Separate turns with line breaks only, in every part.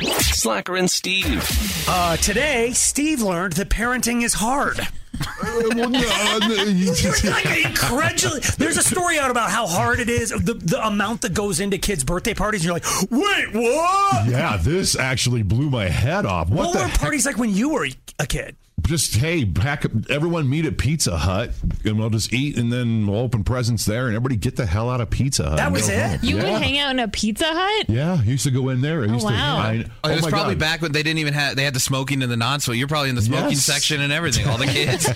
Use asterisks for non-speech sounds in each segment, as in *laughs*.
Slacker and Steve.
Uh, today, Steve learned that parenting is hard.
well, no,
Like, incredulous. There's a story out about how hard it is, the, the amount that goes into kids' birthday parties. And you're like, wait, what?
*laughs* yeah, this actually blew my head off. What
What,
the
were
heck?
parties like when you were a kid?
*laughs* Just hey, pack up, everyone meet at Pizza Hut, and we'll just eat, and then we'll open presents there, and everybody get the hell out of Pizza Hut.
That
and
was
go
it?
home.
You
yeah.
would hang out in a Pizza Hut?
Yeah, I used to go in there. I used
wow.
to, I,
Oh,
oh
it was
my
probably
God.
back when they didn't even have they had the smoking and the non smoking. You're probably in the smoking
Yes.
section and everything. All
*laughs*
the kids.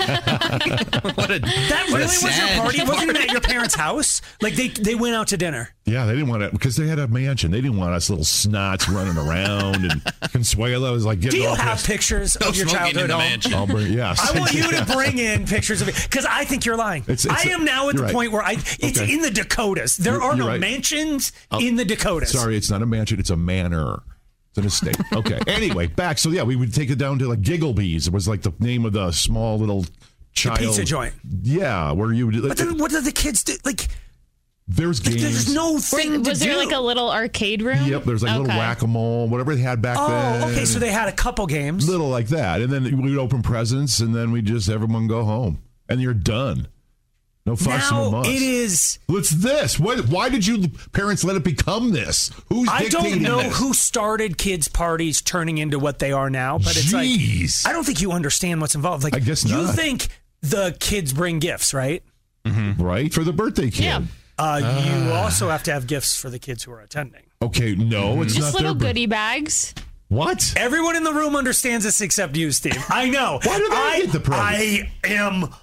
what a
That really was your
sad *laughs*
party? Wasn't it at
*laughs*
your parents' house? Like they, they went out to dinner.
Yeah, they didn't want it because they had a mansion. They didn't want us little snots running around.
*laughs*
And Consuelo was like,
Do
getting
you
all
have
pissed.
pictures
No
of your
smoking in
childhood
the
home?
mansion.
I'll bring, yes.
I want you
*laughs*
to bring in pictures of it because I think you're lying.
It's- it's-
I am now at the
you're right.
point where I it's
Okay.
in the Dakotas. There
You're-
are
you're
no
right. Oh,
mansions in the Dakotas.
Sorry, it's not a mansion. It's a manor. It's a mistake.
*laughs*
Okay. anyway, back. So yeah, we would take it down to like Gigglebees. It was like the name of the small little child
pizza joint.
Yeah, where you would.
But then what do the kids do? Like
there's games.
there's no thing
was
to
there
do.
like a little arcade room?
Yep, there's like little
Okay.
whack a mole, whatever they had back then.
Oh, okay. So they had a couple games.
little like that, and then we would open presents, and then we would just everyone go home, and you're done. No fuss, no
now
muss.
it is.
What's this? What, why did you parents let it become this? Who's
I don't
dictating
know
this?
who started kids' parties turning into what they are now, but it's
Jeez.
like I don't think you understand what's involved. Like
I guess
You
not.
think the kids bring gifts, right?
right for the birthday kid.
Yeah.
Uh, you
Ah.
also have to have gifts for the kids who are attending.
Okay, no, it's
Just
not
little
their bir-
goodie bags.
What?
Everyone in the room understands this except you, Steve. I know.
*laughs* Why do they
I,
get the present?
I am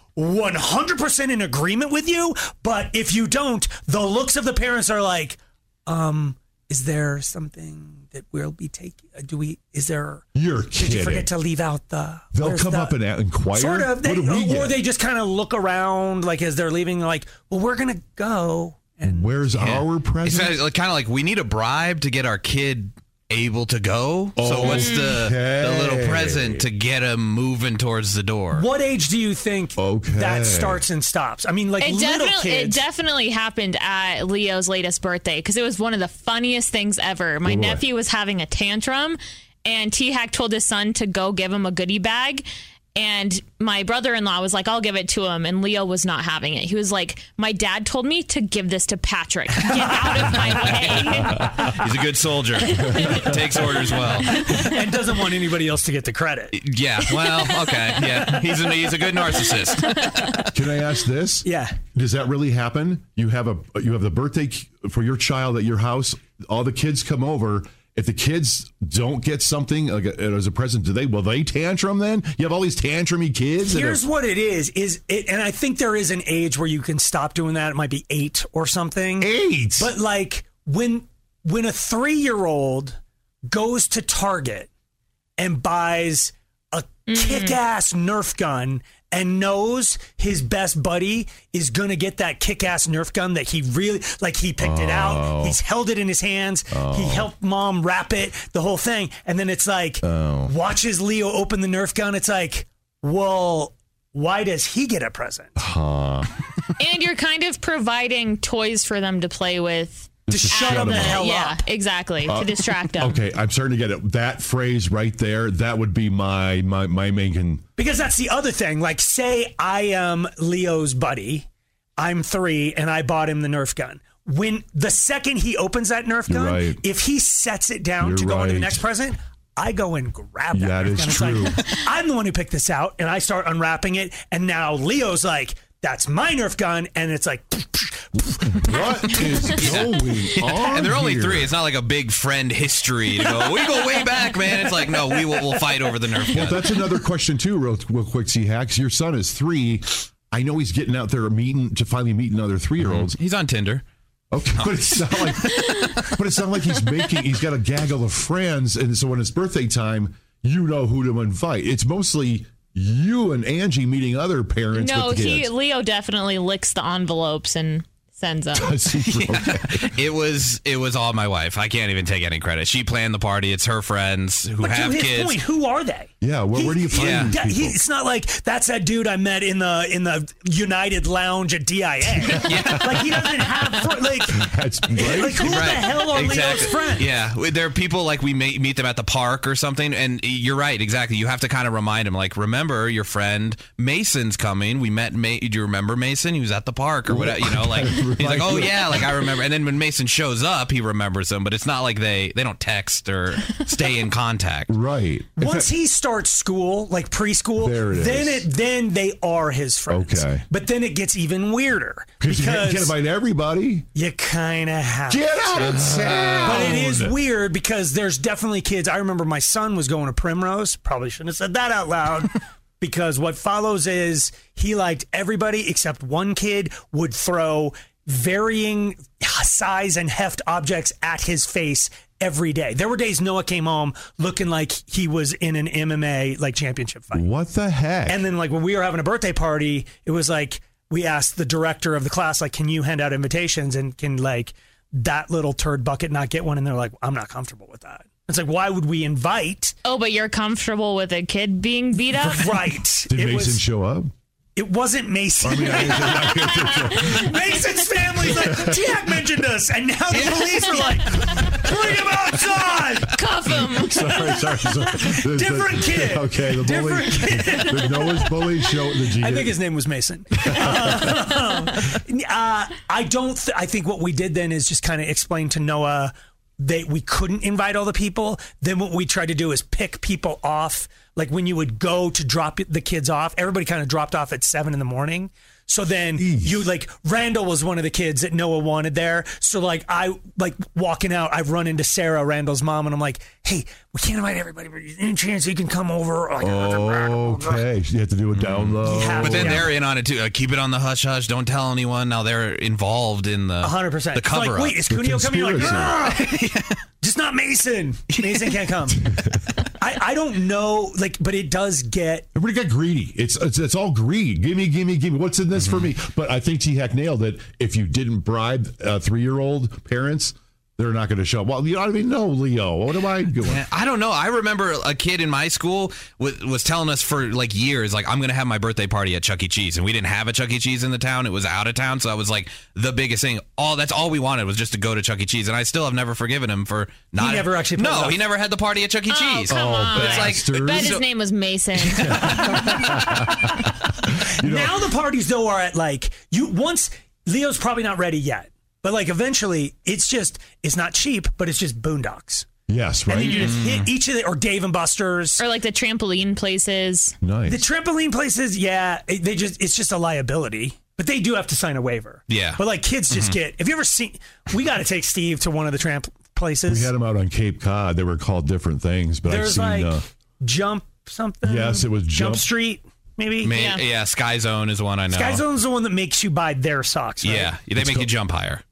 100% in agreement with you, but if you don't, the looks of the parents are like, um, is there something that we'll be taking? Do we, is there,
You're
did you
kidding.
forget to leave out the.
They'll
where's
come
the-
up and a- inquire.
Sort of. They, oh,
what do we
or
get?
they just kind of look around, like as they're leaving, like, well, we're going to go. And
Where's our
It's
present?
kind of, like we need a bribe to get our kid able to go. So what's the, the little
Okay.
present to get him moving towards the door?
what age do you think
Okay.
that starts and stops? I mean, like
It
little
definitely, it
kids.
definitely happened at Leo's latest birthday because it was one of the funniest things ever. My
Boy.
nephew was having a tantrum, and T Hack told his son to go give him a goodie bag. And my brother in law was like, I'll give it to him. And Leo was not having it. He was like, My dad told me to give this to Patrick. Get out of my way.
*laughs* He's a good soldier.
*laughs*
Takes orders well.
and doesn't want anybody else to get the credit.
Yeah. Well. Okay. Yeah. He's a, he's a good narcissist.
Can I ask
*laughs*
this?
Yeah.
Does that really happen? You have a you have the birthday c- for your child at your house. All the kids come over. If the kids don't get something like a, as a present, do they? Will they tantrum then? You have all these tantrumy kids. that are-
Here's what it is: is it, and I think there is an age where you can stop doing that. It might be eight or something.
eight.
But like when when a three year old goes to Target and buys a kick ass Nerf gun and knows his best buddy is gonna get that kick ass Nerf gun that he really like he picked it out, he's held it in his hands, he helped mom wrap it, the whole thing, and then it's like watches Leo open the Nerf gun, it's like, well, why does he get a
*laughs*
present?
and you're kind of providing toys for them to play with.
To shut
out
him
of
the hell
yeah,
up.
exactly. to *laughs* distract them.
okay, I'm starting to get it. That phrase right there. That would be my my my main.
*laughs*
Con-
Because that's the other thing. Like, say I am Leo's buddy, I'm three, and I bought him the Nerf gun. When the second he opens that Nerf
You're
gun,
right.
if he sets it down
You're
to go into the
right.
next present, I go and grab that.
That
Nerf
is
gun. It's
true.
like, *laughs* I'm the one who picked this out, and I start unwrapping it, and now Leo's like, "That's my Nerf gun," and it's like, *laughs*
what
*laughs*
is going on?
And they're only
here?
three. It's not like a big friend history to go. We go way back, man. It's like no, we will we'll fight over the Nerf
Well,
gun.
that's another question too, real, real quick. C hacks, your son
Mm-hmm.
is three. I know he's getting out there meeting to finally meet another three year olds.
He's on Tinder.
Okay, but it's not like, but it's not like he's making. He's got a gaggle of friends, and so when it's birthday time, you know who to invite. It's mostly you and Angie meeting other parents.
No,
with the
he
*laughs* kids.
Leo definitely licks the envelopes and sends them. *laughs*
It was it was all my wife. I can't even take any credit. She planned the party. It's her friends who
But
have
to his
kids.
point, who are they?
Yeah, where- where do you find these
that- he-
people?
it's not like that's that dude I met in the in the United Lounge at
*laughs*
DIA. Like he doesn't have fr- like
That's
like
right.
who the hell are Leo's friends?
Yeah, We- there are people like we may meet them at the park or something, and you're right, exactly. You have to kind of remind them, like, remember your friend Mason's coming. We met. Ma- do you remember Mason? He was at the park or whatever. You know, like he's like, oh yeah, like I remember. And then when Mason shows up, he remembers them. But it's not like they they don't text or stay in contact.
Right.
Once he starts school, like preschool,
There it
then
is.
it then they are his friends.
Okay.
But then it gets even weirder
Because you can't
because
invite everybody. Ah.
you kind of have.
Get out of town.
But it is weird because there's definitely kids. I remember my son was going to Primrose. Probably shouldn't have said that out loud. because what follows is he liked everybody except one kid would throw varying size and heft objects at his face every day. There were days Noah came home looking like he was in an MMA like championship fight.
What the heck?
And then like when we were having a birthday party, it was like we asked the director of the class, like, can you hand out invitations and can like that little turd bucket not get one? And they're like, I'm not comfortable with that. It's like, why would we
*laughs*
invite?
Oh, but you're comfortable with a kid being beat *laughs* up?
Right.
Did
it
Mason
was
show up?
it wasn't Mason. *laughs* Mason's family's like, Jack mentioned us, and now the police are like, bring him outside.
Cuff *laughs* him.
sorry, sorry, sorry. The-
*laughs*
the-
Different kid.
*laughs* Okay, the bully. *laughs*
Different kid.
The Noah's bully show. The G-
I think his name was Mason. uh, I don't. Th- I think what we did then is just kind of explain to Noah that we couldn't invite all the people. Then what we tried to do is pick people off. Like when you would go to drop the kids off, everybody kind of dropped off at seven in the morning. So then you like Randall was one of the kids that Noah wanted there. So like I like walking out, I run into Sarah Randall's mom, and I'm like, "Hey, we can't invite everybody, but any chance you can come over?" Like,
Oh, Okay, you have to
Mm.
do a down low.
Yeah.
But then
Yeah.
they're in on it too. Uh, keep it on the hush hush. Don't tell anyone. Now they're involved in the
hundred percent.
the cover
like,
up.
Wait, is Cuneo coming? You're like,
conspiracy.
"Ah!" just not Mason. Mason can't come. I, I don't know, like, but it does get.
Everybody got greedy. It's, it's it's all greed. Gimme, gimme, gimme. What's in this for me?
Mm-hmm.
But I think T Hack nailed it. If you didn't bribe uh, three year old parents, they're not going to show up. Well, you don't even know Leo. What am I doing?
I don't know. I remember a kid in my school was, was telling us for like years, like, I'm going to have my birthday party at Chuck E. Cheese. And we didn't have a Chuck E. Cheese in the town. It was out of town. So that was like the biggest thing. All that's all we wanted was just to go to Chuck E. Cheese. And I still have never forgiven him for not.
never actually pulled it
No,
off.
he never had the party at Chuck E. Cheese.
come Oh, on.
It's
bastard.
like,
Bet
so-
his name was *laughs* Mason.
now the parties though are at like you once Leo's probably not ready yet, but like eventually it's just it's not cheap, but it's just Boondocks,
Yes,
and then
right.
you just hit each of the or Dave and Buster's.
or like the trampoline places.
nice.
The trampoline places, yeah, it- they just it's just a liability. But they do have to sign a waiver.
Yeah.
But like kids just get have you ever seen we gotta take Steve to one of the tramp places.
we had them out on Cape Cod. They were called different things, but I've
There's
seen.
like
uh,
jump something.
Yes, it was Jump.
Street, maybe.
Ma-
Yeah.
yeah. Sky Zone is one I know.
Sky Zone's the one that makes you buy their socks. Right?
Yeah. They make you jump higher.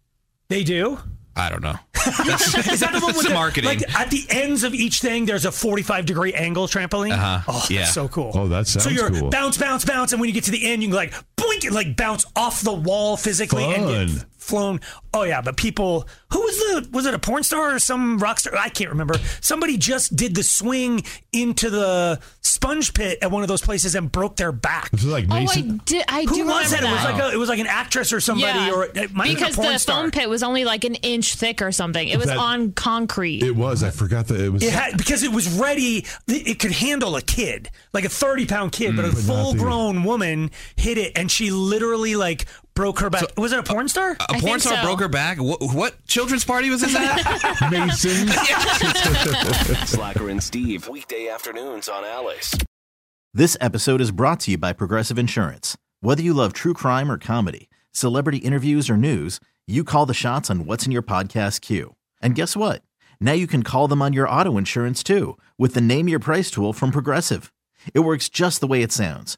they do.
I don't
*laughs*
know. That's,
Is
*laughs*
that the one
that's
with
the marketing.
Like at the ends of each thing, there's a 45 degree angle trampoline.
Uh-huh.
Oh, that's
Yeah.
so cool.
Oh, that sounds
so you're
cool.
bounce, bounce, bounce, and when you get to the end, you can like boink, and, like bounce off the wall physically and
Fun.
get flown. Oh yeah, but people, who was the was it a porn star or some rock star? I can't remember. Somebody just did the swing into the sponge pit at one of those places and broke their back.
This is like Mason.
Oh, I did. I
Who
do
was that?
remember
It was
that.
like a, it was like an actress or somebody,
yeah.
or it might have been a
because
porn
the
star.
foam pit was only like an inch thick or something. It was
That-
on concrete.
it was. I forgot that it was.
It had, because it was ready, it it could handle a kid, like a thirty-pound kid, but a
not the-
full-grown woman hit it, and she literally like broke her back. was it a porn star?
a
I
porn
think
star
so.
broke her back. What, what children's party was
*laughs*
this at?
Mason.
Slacker and Steve. Weekday afternoons on Alice.
This episode is brought to you by Progressive Insurance. Whether you love true crime or comedy, celebrity interviews or news, you call the shots on what's in your podcast queue. And guess what? Now you can call them on your auto insurance too with the Name Your Price tool from Progressive. It works just the way it sounds.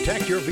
Protect your